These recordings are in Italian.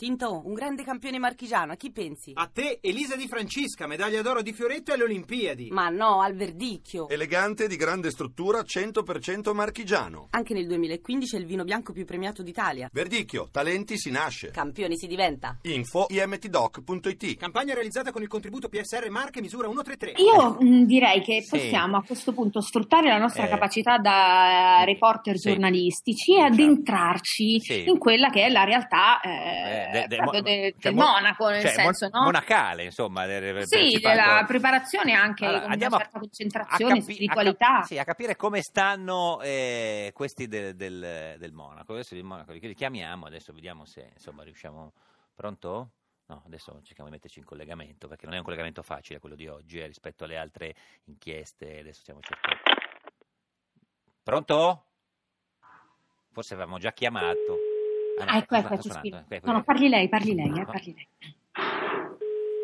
Tinto, un grande campione marchigiano, a chi pensi? A te Elisa Di Francesca, medaglia d'oro di Fioretto alle Olimpiadi. Ma no, al verdicchio. Elegante, di grande struttura, 100% marchigiano. Anche nel 2015 è il vino bianco più premiato d'Italia. Verdicchio, talenti si nasce. Campioni si diventa. Info imtdoc.it Campagna realizzata con il contributo PSR Marche misura 133. Io mh, direi che possiamo a questo punto sfruttare la nostra Eh. Mm. capacità da eh, reporter Sì. Diciamo. giornalistici e addentrarci Sì. in quella che è la realtà eh, Eh, de- de- proprio mo- de- cioè, del mo- Monaco, nel cioè, mon- senso, no? monacale, insomma. del- del- Sì, partecipato- della preparazione anche Allora, con andiamo una certa concentrazione, capi- spiritualità. a cap- sì, a capire come stanno eh, questi del, del- del Monaco. Adesso il Monaco li, li chiamiamo, adesso vediamo se insomma riusciamo. Pronto? No, adesso cerchiamo di metterci in collegamento perché non è un collegamento facile quello di oggi eh, rispetto alle altre inchieste. Adesso stiamo cercando. Pronto? Forse avevamo già chiamato. no, Ah, ecco, ecco, sta- sta ecco, suonando. sì. Ecco, ecco, No, no, ecco. parli lei, parli lei, eh, No. parli lei.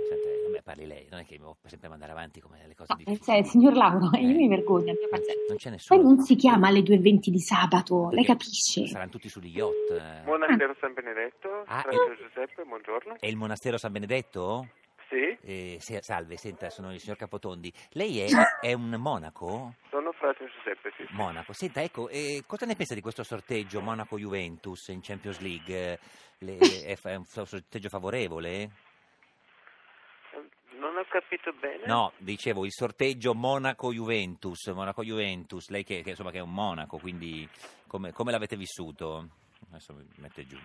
Senta, eh, vabbè, parli lei, non è che devo sempre mandare avanti come le cose No, difficili. cioè, signor Lauro, Eh. io mi vergogno, abbia Non c'è- pazienza. non c'è nessuno. Poi non si chiama alle 2.20 di sabato, lei Perché capisce? Saranno tutti sugli yacht. eh. Monastero San Benedetto, Ah, Francesco eh. Giuseppe, buongiorno. È il monastero San Benedetto? Sì, Eh, se- salve, senta, sono il signor Capotondi. Lei è, è un monaco? sono Francesco Giuseppe, sì. Monaco, senta, ecco, eh, cosa ne pensa di questo sorteggio Monaco-Juventus in Champions League? Eh, le- è, fa- è un sorteggio favorevole? Non ho capito bene. No, dicevo, il sorteggio Monaco-Juventus, Monaco-Juventus, lei che, che, insomma che è un monaco, quindi come, come l'avete vissuto? Adesso mi mette giù.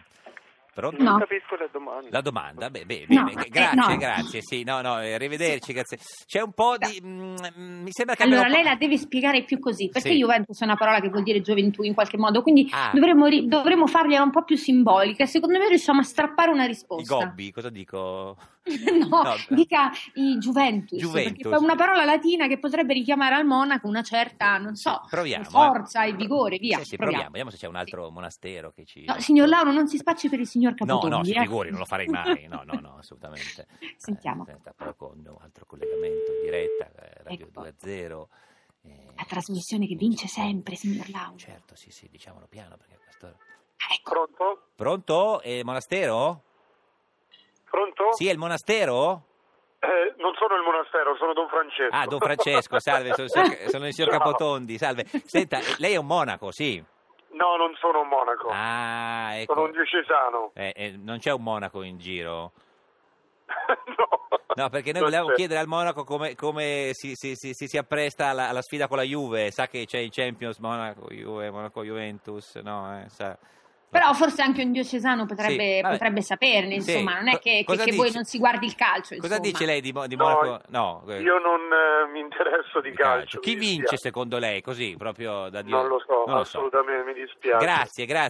Pronto? Non No. capisco la domanda. La domanda, beh, beh, No, beh, beh, eh, grazie, no. grazie, sì, no, no, eh, arrivederci, grazie. C'è un po' di... mm, mi sembra che Allora, abbiamo- lei la deve spiegare più così, perché Sì. Juventus è una parola che vuol dire gioventù in qualche modo, quindi Ah. dovremmo, ri- dovremmo fargliela un po' più simbolica. Secondo me riusciamo a strappare una I risposta. gobbi, cosa dico? no, No. dica i Juventus, Juventus. perché è una parola latina che potrebbe richiamare al monaco una certa, non so, Proviamo. forza eh. e vigore, via. Sì, sì, proviamo, proviamo. vediamo se c'è un altro monastero che ci... No, signor Lauro, non si spacci per il signor No, Capotondi. no, si eh. figuri, non lo farei mai, no, no, no, assolutamente. Sentiamo. Eh, aspetta, però con un altro collegamento in diretta, eh, Radio Ecco. 2 a eh, La trasmissione che vince sempre, signor Lauro. Certo, sì, sì, diciamolo piano perché a quest'ora... Ecco. Pronto? Pronto? Eh, monastero? Pronto? Sì, è il monastero? Eh, non sono il monastero, sono Don Francesco. Ah, Don Francesco, salve, sono, sono- sono il signor Ciao. Capotondi, salve. Senta, eh, lei è un monaco, sì? No, non sono un monaco, Ah, Ecco. sono ecco. un diocesano. Eh, eh, non c'è un monaco in giro? no. No, perché noi Non volevamo c'è. chiedere al monaco come, come si, si- si- si- si appresta alla, alla sfida con la Juve. Sa che c'è il Champions, Monaco, Juve, Monaco, Juventus, no? eh, sa. Però forse anche un diocesano potrebbe, Sì, vabbè. potrebbe saperne, Sì. insomma, non è Co- che, che- cosa che dici? voi non si guardi il calcio. Cosa insomma. dice lei di, Mo- di No, Monaco? No, eh, Io non eh, mi interesso di, di calcio. Chi mi vince dispiace. secondo lei? Così, proprio da dire. Non lo so, Non lo so. assolutamente mi dispiace. Grazie, grazie.